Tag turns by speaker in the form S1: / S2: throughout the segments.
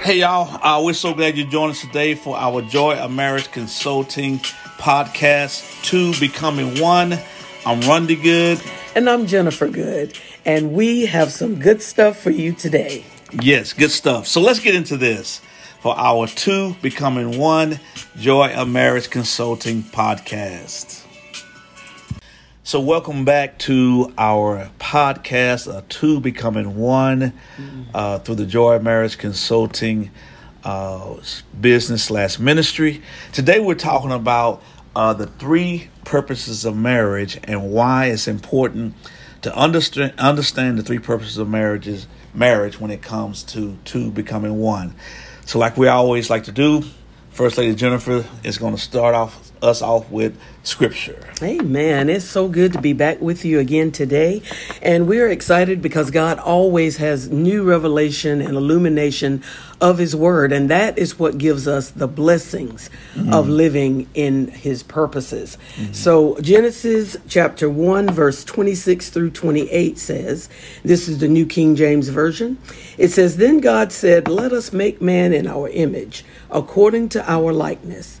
S1: Hey, y'all. Uh, we're so glad you joined us today for our Joy of Marriage Consulting podcast, Two Becoming One. I'm Rundy Good.
S2: And I'm Jennifer Good. And we have some good stuff for you today.
S1: Yes, good stuff. So let's get into this for our Two Becoming One Joy of Marriage Consulting podcast. So, welcome back to our podcast, uh, Two Becoming One, uh, through the Joy of Marriage Consulting uh, s- business slash ministry. Today, we're talking about uh, the three purposes of marriage and why it's important to understand understand the three purposes of marriages marriage when it comes to two becoming one. So, like we always like to do, First Lady Jennifer is going to start off us off with scripture.
S2: Amen. It's so good to be back with you again today. And we're excited because God always has new revelation and illumination of His Word. And that is what gives us the blessings of living in His purposes. So, Genesis chapter 1, verse 26 through 28 says, This is the New King James Version. It says, Then God said, Let us make man in our image, according to our likeness.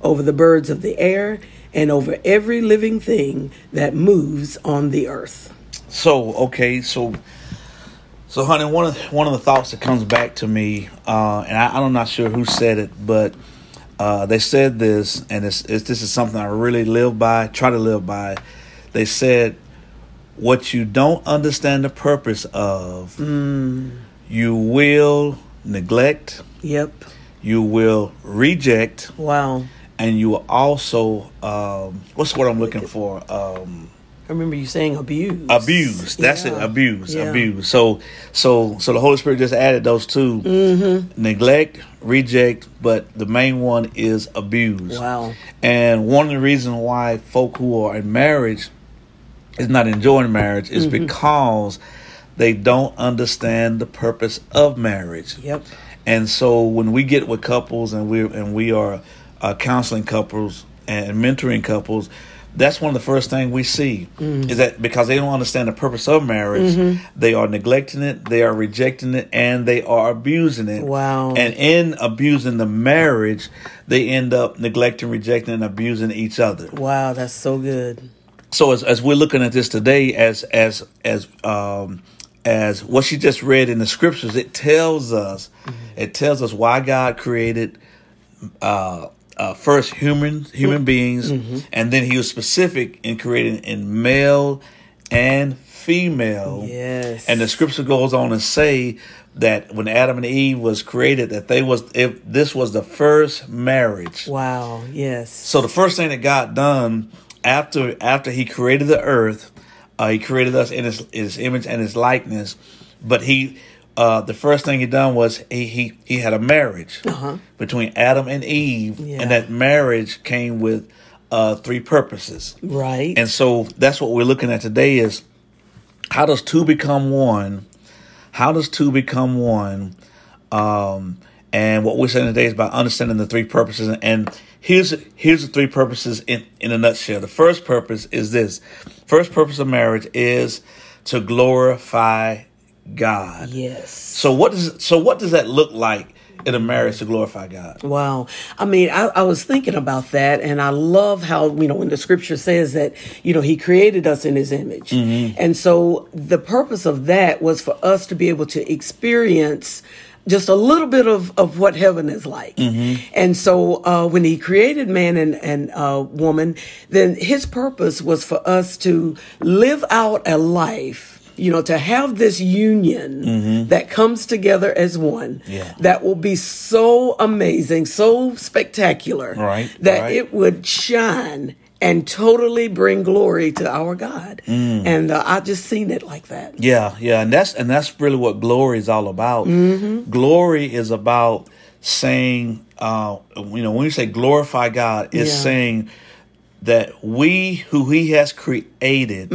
S2: over the birds of the air, and over every living thing that moves on the earth.
S1: So okay, so so honey, one of one of the thoughts that comes back to me, uh, and I, I'm not sure who said it, but uh, they said this, and it's, it's this is something I really live by, try to live by. They said, "What you don't understand the purpose of, you will neglect,
S2: Yep.
S1: you will reject,
S2: Wow.
S1: and you will also um, what's what I'm looking for." Um,
S2: I remember you saying abuse.
S1: abuse. That's it.
S2: Yeah.
S1: Abuse.
S2: Yeah.
S1: Abuse. So so so the Holy Spirit just added those 2
S2: Mm-hmm.
S1: Neglect, reject, but the main one is abuse.
S2: Wow.
S1: And one of the reasons why folk who are in marriage is not enjoying marriage is
S2: Mm-hmm.
S1: because they don't understand the purpose of marriage.
S2: Yep.
S1: And so when we get with couples and we and we are uh, counseling couples and mentoring couples, that's one of the first things we see is that because they don't understand the purpose of marriage, they are neglecting it, they are rejecting it, and they are abusing it.
S2: Wow.
S1: And in abusing the marriage, they end up neglecting, rejecting, and abusing each other
S2: Wow, that's so good.
S1: so as, as we're looking at this today as as as um as what she just read in the scriptures it tells us it tells us why god created uh uh, first human human beings, and then he was specific in creating in male and female.
S2: Yes.
S1: And the scripture goes on to say that when Adam and Eve was created, that they was if this was the first marriage.
S2: Wow. Yes.
S1: So the first thing that God done after after He created the earth, uh, He created us in His His image and His likeness. But He, uh, the first thing He done was He He He had a marriage between Adam and Eve,
S2: Yeah.
S1: and that marriage came with uh, three purposes.
S2: right.
S1: And so that's what we're looking at today is how does two become one? How does two become one? Um, and what we're saying today is about understanding the three purposes. And here's here's the three purposes in, in a nutshell. The first purpose is this. First purpose of marriage is to glorify God.
S2: yes.
S1: So what does so what does that look like in a marriage to glorify God?
S2: Wow. I mean, I, I was thinking about that, and I love how, you know, when the scripture says that, you know, he created us in his image. And so the purpose of that was for us to be able to experience just a little bit of, of what heaven is like. And so uh, when he created man and, and uh, woman, then his purpose was for us to live out a life. You know, to have this union that comes together as one,
S1: Yeah.
S2: that will be so amazing, so spectacular,
S1: Right,
S2: that
S1: right.
S2: it would shine and totally bring glory to our God.
S1: Mm.
S2: And uh, I just seen it like that.
S1: Yeah, yeah, and that's and that's really what glory is all about. Glory is about saying, uh, you know, when you say glorify God, it's
S2: Yeah.
S1: saying that we who He has created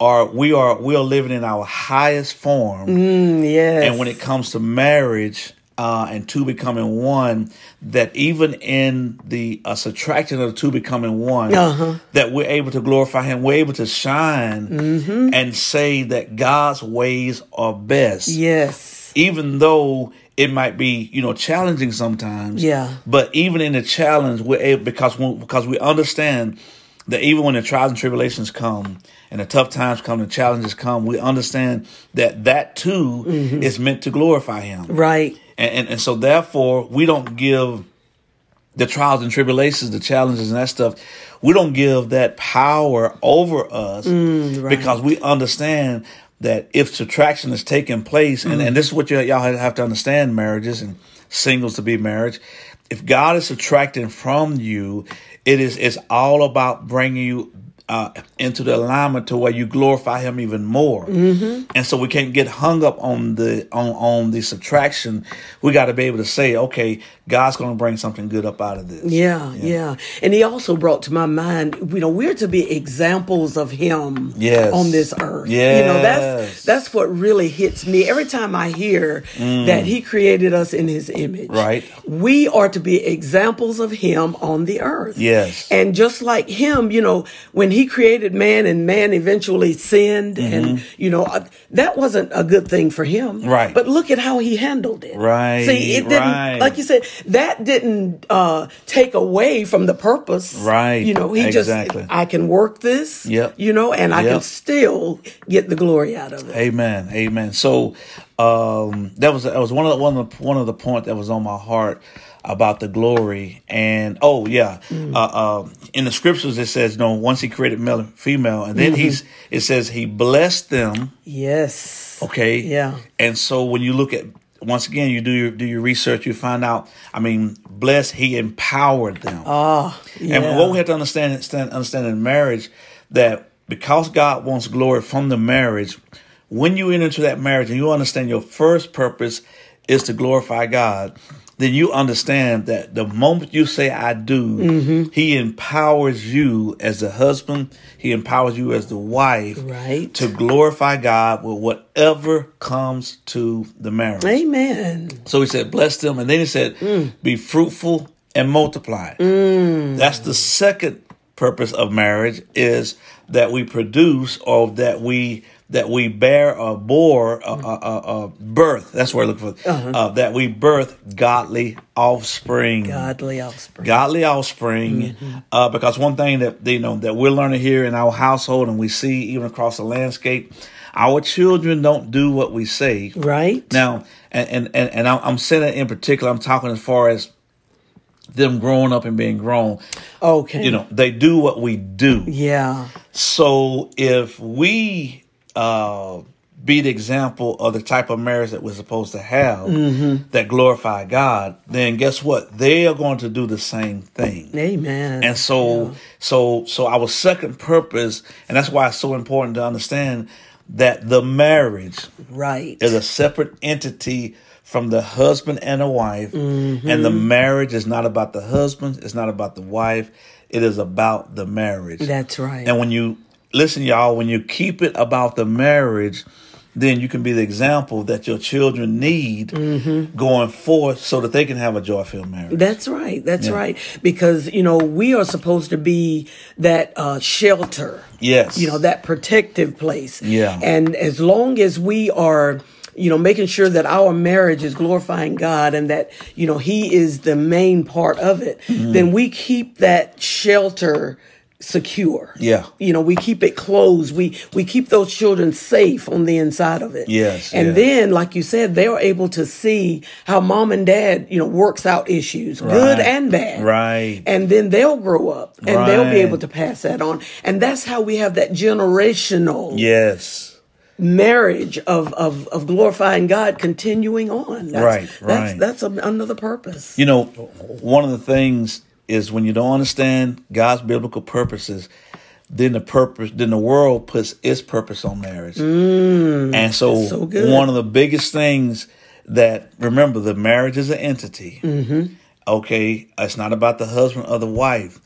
S1: are we are we are living in our highest form,
S2: Mm, yes.
S1: and when it comes to marriage. Uh, and two becoming one, that even in the uh, subtraction of the two becoming one,
S2: Uh-huh.
S1: that we're able to glorify Him, we're able to shine
S2: Mm-hmm.
S1: and say that God's ways are best
S2: yes.
S1: even though it might be you know challenging sometimes
S2: Yeah.
S1: but even in the challenge we're able because we, because we understand that even when the trials and tribulations come and the tough times come the challenges come we understand that that too is meant to glorify him
S2: Right.
S1: and, and and so therefore we don't give the trials and tribulations, the challenges and that stuff, we don't give that power over us because we understand that if subtraction is taking place, and, and this is what you, y'all have to understand marriages and singles to be marriage. If God is subtracting from you, it is it's all about bringing you uh, into the alignment to where you glorify Him even more.
S2: Mm-hmm.
S1: And so we can't get hung up on the on on the subtraction. We got to be able to say, okay, God's going to bring something good up out of this.
S2: Yeah, yeah, And he also brought to my mind, you know, we're to be examples of him
S1: Yes.
S2: on this earth. You know,
S1: Yes.
S2: that's that's what really hits me every time I hear that he created us in his image.
S1: Mm. Right.
S2: We are to be examples of him on the earth.
S1: Yes.
S2: And just like him, you know, when he created man and man eventually sinned and you know, uh, that wasn't a good thing for him.
S1: Mm-hmm. Right.
S2: But look at how he handled it.
S1: Right,
S2: See, it didn't
S1: right.
S2: like you said, that didn't uh, take away from the purpose.
S1: Right,
S2: You know, he
S1: exactly.
S2: just, I can work this,
S1: Yep.
S2: you know, and I can
S1: Yep.
S2: still get the glory out of it.
S1: Amen. Amen. So um, that was that was one of the, one of the, one of the point that was on my heart about the glory and oh yeah,
S2: Mm.
S1: uh, um in the scriptures it says no. Once he created male and female, and
S2: Mm-hmm.
S1: then he's it says he blessed them.
S2: Yes.
S1: Okay.
S2: Yeah.
S1: And so when you look at once again, you do your do your research, you find out. I mean, bless he empowered them.
S2: Ah, yeah.
S1: And what we have to understand, understand, understand in marriage, that because God wants glory from the marriage, when you enter into that marriage and you understand your first purpose is to glorify God, then you understand that the moment you say "I do," He empowers you as the husband. He empowers you as the wife,
S2: Right.
S1: to glorify God with whatever comes to the marriage.
S2: Amen.
S1: So he said, bless them. And then he said, be fruitful and multiply. That's the second purpose of marriage is that we produce or that we that we bear or bore a, a, a, a birth. That's what I look for. uh that we birth godly offspring.
S2: Godly offspring.
S1: Godly offspring, uh, because one thing that you know that we're learning here in our household, and we see even across the landscape, our children don't do what we say.
S2: Right?
S1: Now, and and and, and I'm, I'm saying that in particular. I'm talking as far as them growing up and being grown.
S2: okay.
S1: You know, they do what we do.
S2: Yeah.
S1: So if we uh, be the example of the type of marriage that we're supposed to have that glorify God, then guess what? They are going to do the same thing.
S2: Amen.
S1: And so, so, so our second purpose, and that's why it's so important to understand that the marriage
S2: right.
S1: is a separate entity from the husband and the wife.
S2: Mm-hmm.
S1: And the marriage is not about the husband, it's not about the wife, it is about the marriage.
S2: That's right.
S1: And when you listen, y'all, when you keep it about the marriage, then you can be the example that your children need
S2: Mm-hmm.
S1: going forth so that they can have a joy filled marriage.
S2: That's right. That's right. Because, you know, we are supposed to be that uh, shelter.
S1: Yes.
S2: You know, that protective place.
S1: Yeah.
S2: And as long as we are, you know, making sure that our marriage is glorifying God and that, you know, He is the main part of it,
S1: Mm-hmm.
S2: then we keep that shelter secure.
S1: Yeah.
S2: You know, we keep it closed. We we keep those children safe on the inside of it.
S1: Yes,
S2: And
S1: yes.
S2: then, like you said, they are able to see how mom and dad, you know, works out issues, good
S1: Right.
S2: and bad.
S1: Right.
S2: And then they'll grow up and they'll be
S1: Right.
S2: able to pass that on. And that's how we have that generational
S1: Yes.
S2: marriage of, of of glorifying God continuing on. That's,
S1: Right,
S2: That's
S1: right.
S2: that's a, another purpose.
S1: You know, one of the things is when you don't understand God's biblical purposes, then the purpose, then the world puts its purpose on marriage. and so,
S2: Mm. so good.
S1: one of the biggest things that remember, the marriage is an entity.
S2: Mm-hmm.
S1: Okay, it's not about the husband or the wife.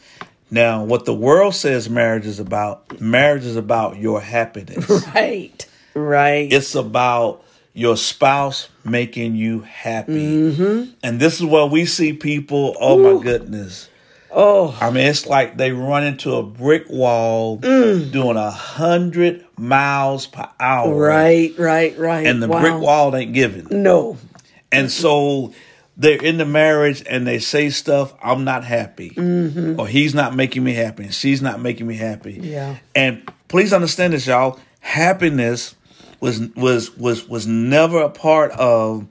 S1: Now, what the world says marriage is about, marriage is about your happiness.
S2: Right. Right.
S1: It's about your spouse making you happy.
S2: Mm-hmm.
S1: And this is where we see people, oh my goodness.
S2: Oh.
S1: I mean, it's like they run into a brick wall
S2: Mm.
S1: doing a hundred miles per hour.
S2: Right, right, right.
S1: And the
S2: Wow.
S1: brick wall ain't giving.
S2: No. Mm-hmm.
S1: And so they're in the marriage and they say stuff, I'm not happy. Or he's not making me happy. And she's not making me happy.
S2: Mm-hmm. Yeah.
S1: And please understand this, y'all. Happiness was was was was never a part of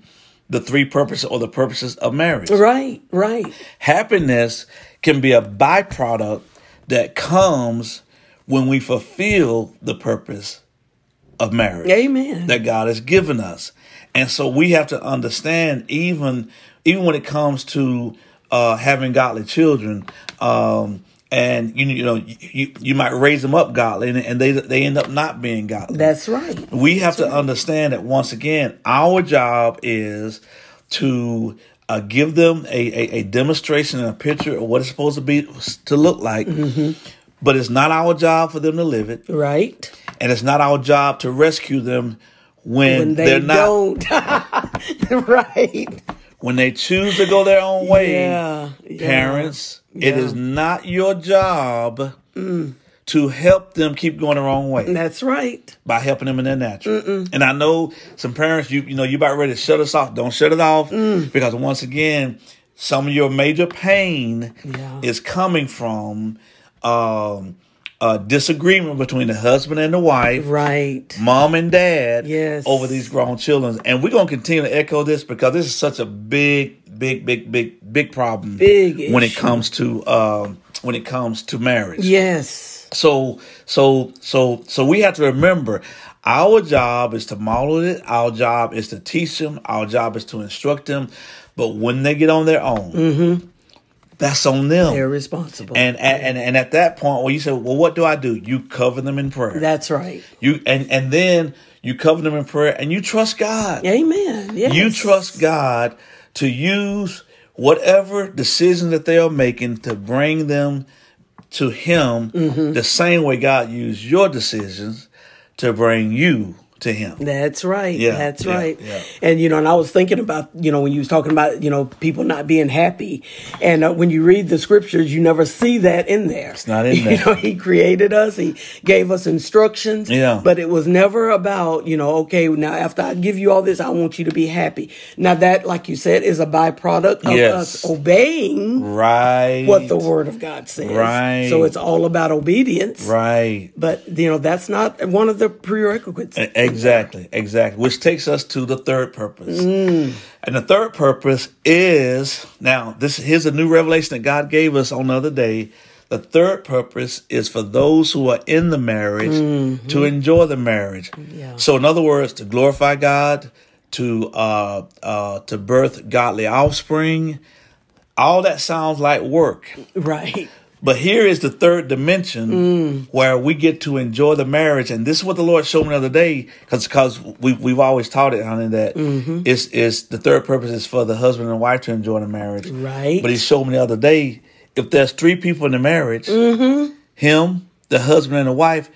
S1: the three purposes or the purposes of marriage.
S2: Right, right.
S1: Happiness can be a byproduct that comes when we fulfill the purpose of marriage
S2: Amen.
S1: that God has given us. And so we have to understand even even when it comes to uh, having godly children, um, and you you know you, you- you might raise them up godly, and, and they they end up not being godly.
S2: That's right.
S1: we have to understand that once again, our job is to uh, give them a, a, a demonstration and a picture of what it's supposed to be to look like. But it's not our job for them to live it
S2: Right.
S1: and it's not our job to rescue them when,
S2: When they
S1: they are not
S2: don't. right.
S1: when they choose to go their own way
S2: Yeah, yeah,
S1: parents it
S2: yeah. Mm.
S1: is not your job to help them keep going their own way
S2: That's right.
S1: by helping them in their natural and i know some parents you you know you about ready to shut us off don't shut it off
S2: Mm.
S1: because once again some of your major pain
S2: Yeah.
S1: is coming from um a disagreement between the husband and the wife
S2: Right.
S1: mom and dad
S2: Yes.
S1: over these grown children. And we're going to continue to echo this because this is such a big, big, big, big, big problem
S2: Big
S1: when it
S2: issue.
S1: comes to um, when it comes to marriage.
S2: Yes.
S1: So, so, so, so we have to remember our job is to model it. Our job is to teach them. Our job is to instruct them. But when they get on their own,
S2: Mm-hmm.
S1: that's on them.
S2: They're responsible.
S1: and, at, and and at that point, well, you say, well, what do I do? You cover them in prayer.
S2: That's right.
S1: You and and then you cover them in prayer and you trust God.
S2: Amen. Yes.
S1: You trust God to use whatever decision that they are making to bring them to Him the same way God used your decisions to bring you to Him.
S2: That's right.
S1: Yeah,
S2: That's
S1: yeah,
S2: right.
S1: yeah.
S2: And you know, and I was thinking about you know when you was talking about you know people not being happy, and uh, when you read the scriptures, you never see that in there. It's
S1: not in
S2: You
S1: there.
S2: know, He created us. He gave us instructions.
S1: Yeah.
S2: But it was never about you know okay now after I give you all this, I want you to be happy. Now that, like you said, is a byproduct of
S1: Yes.
S2: us obeying
S1: Right.
S2: what the Word of God says.
S1: Right.
S2: So it's all about obedience.
S1: Right.
S2: But you know that's not one of the prerequisites.
S1: E- Exactly, exactly. Which takes us to the third purpose. And the third purpose is now this here's a new revelation that God gave us on the other day. The third purpose is for those who are in the marriage to enjoy the marriage.
S2: Yeah.
S1: So in other words, to glorify God, to uh uh to birth godly offspring. All that sounds like work.
S2: Right.
S1: But here is the third dimension where we get to enjoy the marriage, and this is what the Lord showed me the other day, because we we've always taught it, honey, that it's it's the third purpose is for the husband and wife to enjoy the marriage,
S2: Right.
S1: But He showed me the other day if there's three people in the marriage, him, the husband, and the wife,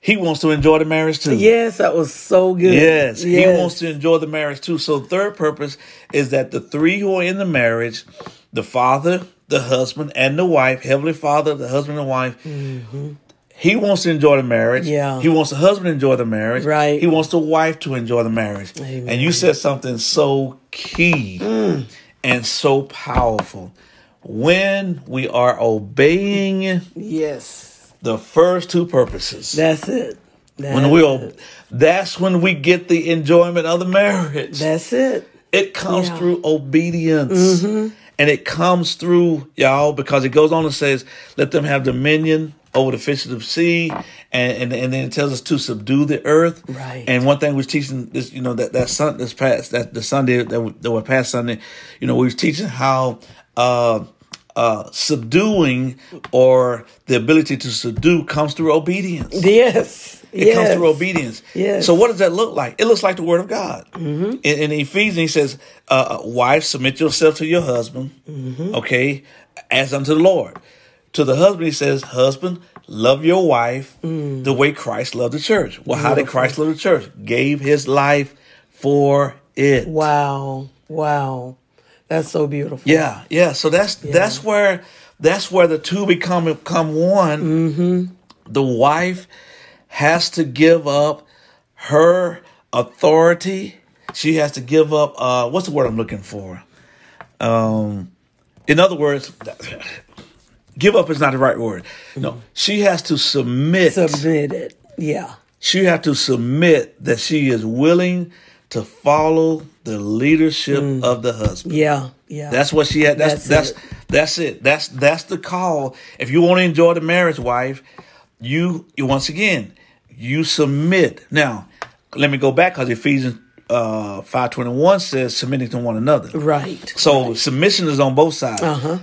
S1: he wants to enjoy the marriage too.
S2: Yes, that was so good.
S1: Yes, he wants to enjoy the marriage too. So, third purpose is that the three who are in the marriage, the father, the husband, and the wife, heavenly father, the husband and wife, he wants to enjoy the marriage.
S2: Mm-hmm. Yeah.
S1: he wants the husband to enjoy the marriage.
S2: Right.
S1: he wants the wife to enjoy the marriage.
S2: Amen. Mm.
S1: And you said something so key and so powerful. When we are obeying
S2: Yes,
S1: the first two purposes,
S2: that's it. That's
S1: when we are,
S2: it.
S1: that's when we get the enjoyment of the marriage.
S2: That's it.
S1: it comes
S2: Yeah. Mm-hmm.
S1: through obedience, and it comes through y'all because it goes on and says, "Let them have dominion over the fishes of the sea," and and, and then it tells us to subdue the earth.
S2: Right.
S1: And one thing we was teaching this, you know, that that sun this past that the Sunday that, we- that was past Sunday, you know, we was teaching how. uh uh, subduing or the ability to subdue comes through obedience.
S2: Yes.
S1: It
S2: yes.
S1: comes through obedience.
S2: Yes.
S1: So what does that look like? It looks like the word of God. Mm-hmm. In, in Ephesians, he says, uh, "Wives, submit yourself to your husband,
S2: Mm-hmm.
S1: okay, as unto the Lord." To the husband, he says, "Husband, love your wife
S2: Mm.
S1: the way Christ loved the church." Well, how did Christ love the church? Gave His life for it.
S2: Wow. Wow. That's so beautiful.
S1: Yeah, yeah. So that's that's where that's where the two become become one. The wife has to give up her authority. She has to give up. Uh, what's the word I'm looking for? Um, in other words, give up is not the right word. No, she has to submit.
S2: Submitted. Yeah.
S1: she has to submit that she is willing to follow the leadership of the husband.
S2: Yeah. Yeah.
S1: That's what she had. That's that's
S2: That's
S1: that's it. that's That's the call. If you want to enjoy the marriage, wife, you, you once again you submit. Now, let me go back because Ephesians uh, five twenty one says submitting to one another.
S2: right.
S1: So submission is on both sides.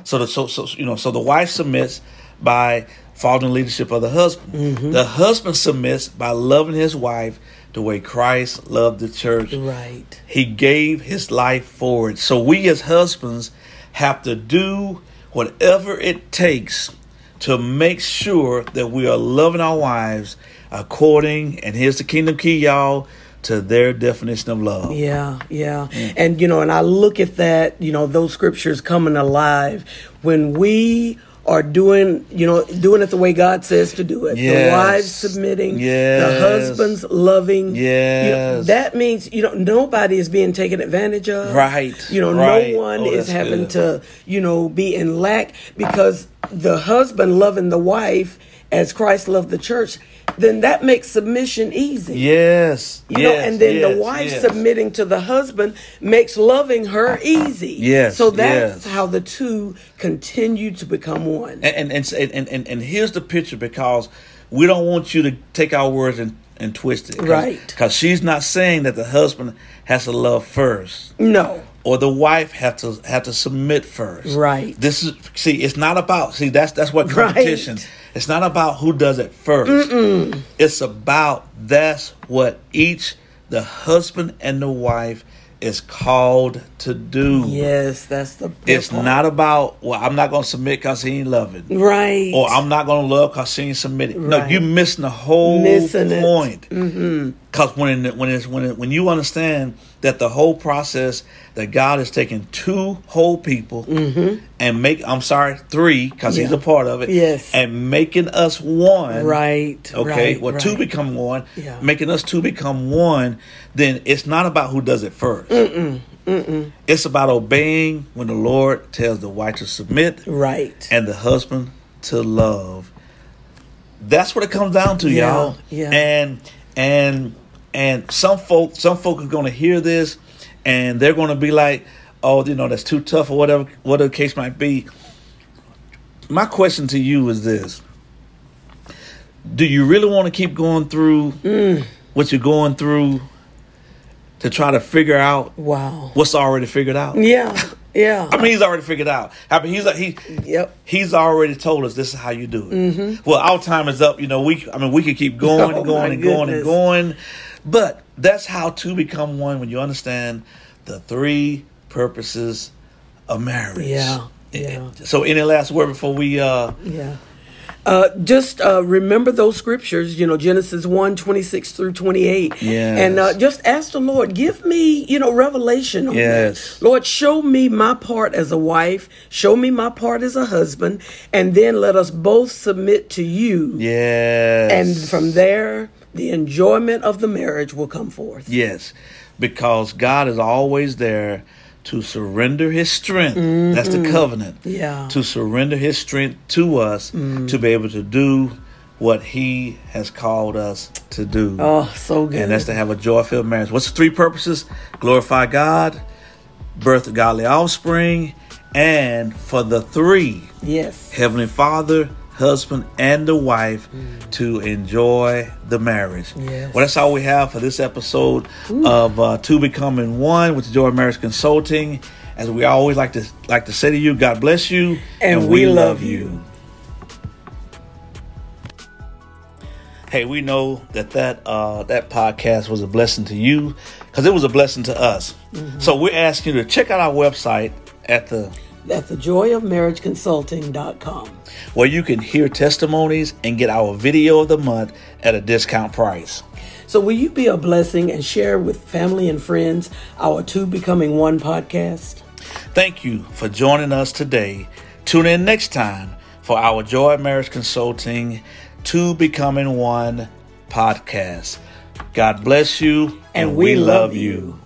S1: So the so, so you know so the wife submits by following the leadership of the husband. The husband submits by loving his wife the way Christ loved the church.
S2: Right.
S1: He gave his life for it. So we as husbands have to do whatever it takes to make sure that we are loving our wives according, and here's the kingdom key, y'all, to their definition of love.
S2: Yeah, yeah.
S1: Mm.
S2: And, you know, and I look at that, you know, those scriptures coming alive when we are doing, you know, doing it the way God says to do it.
S1: Yes.
S2: The wives submitting,
S1: Yes.
S2: the husbands loving. you know,
S1: Yes.
S2: that means, you know, nobody is being taken advantage of.
S1: Right,
S2: You know,
S1: right.
S2: no one
S1: Oh,
S2: is
S1: that's
S2: having
S1: good.
S2: to, you know, be in lack because the husband loving the wife as Christ loved the church, then that makes submission easy.
S1: Yes.
S2: You
S1: yes,
S2: know, and then
S1: yes,
S2: the wife
S1: yes.
S2: submitting to the husband makes loving her easy.
S1: Yes,
S2: So that's
S1: yes.
S2: how the two continue to become one.
S1: and and and and, and, and here's the picture because we don't want you to take our words and, and twist it.
S2: Right.
S1: Because she's not saying that the husband has to love first
S2: no.
S1: or the wife have to have to submit first.
S2: Right.
S1: This is see, it's not about see that's that's what competition.
S2: Right.
S1: It's not about who does it 1st It's about that's what each the husband and the wife is called to do.
S2: Yes, that's the
S1: It's
S2: the-
S1: not about well, I'm not gonna submit because he ain't loving
S2: right.
S1: or I'm not gonna love because she ain't submitted. No,
S2: Right.
S1: you missing the whole
S2: Missing it. Mm-hmm.
S1: point. Because when it, when it's when it, when you understand that the whole process that God is taking two whole people and make I'm sorry three because He's
S2: Mm-hmm. Yeah.
S1: a part of it.
S2: Yes.
S1: and making us one.
S2: right.
S1: Okay,
S2: right,
S1: well, two
S2: right.
S1: become one,
S2: Yeah.
S1: making us two become one. Then it's not about who does it 1st Mm-mm. Mm-mm. It's about obeying when the Lord tells the wife to submit
S2: right.
S1: and the husband to love. That's what it comes down to,
S2: Yeah,
S1: y'all.
S2: yeah.
S1: And and and some folk some folk are gonna hear this and they're gonna be like, Oh, you know, that's too tough or whatever whatever the case might be. My question to you is this. Do you really want to keep going through
S2: Mm.
S1: what you're going through to try to figure out
S2: wow.
S1: what's already figured out?
S2: Yeah. Yeah.
S1: I mean, he's already figured out. I mean, he's he
S2: Yep. Mm-hmm.
S1: He's already told us this is how you do it. Well, our time is up. You know, we I mean, we could keep going
S2: Oh,
S1: and going
S2: my
S1: and going and
S2: goodness.
S1: going, but that's how two become one when you understand the three purposes of marriage.
S2: Yeah, yeah.
S1: So, any last word before we? uh
S2: Yeah. Uh, just uh, remember those scriptures, you know, Genesis 1 26 through 28.
S1: Yes.
S2: And uh, just ask the Lord, give me, you know, revelation on
S1: Yes.
S2: that. Lord, show me my part as a wife, show me my part as a husband, and then let us both submit to you.
S1: Yes.
S2: And from there, the enjoyment of the marriage will come forth.
S1: Yes, because God is always there to surrender His strength. That's the covenant.
S2: Mm-hmm. Yeah. Mm.
S1: To surrender His strength to us to be able to do what He has called us to do.
S2: Oh, so good.
S1: And that's to have a joy filled marriage. What's the three purposes? Glorify God, birth godly offspring, and for the three,
S2: yes.
S1: Heavenly Father, husband, and the wife to enjoy the marriage.
S2: Mm. Yes.
S1: Well, that's all we have for this episode of uh, Two Becoming One with Joy Marriage Consulting. As we always like to like to say to you, God bless you,
S2: And we love you.
S1: Hey, we know that that uh, that podcast was a blessing to you because it was a blessing to us.
S2: Mm-hmm.
S1: So we're asking you to check out our website at the
S2: That's the joy of marriage consulting.com.
S1: where you can hear testimonies and get our video of the month at a discount price.
S2: So, will you be a blessing and share with family and friends our Two Becoming One podcast?
S1: Thank you for joining us today. Tune in next time for our Joy of Marriage Consulting To Becoming One podcast. God bless you,
S2: And we love you.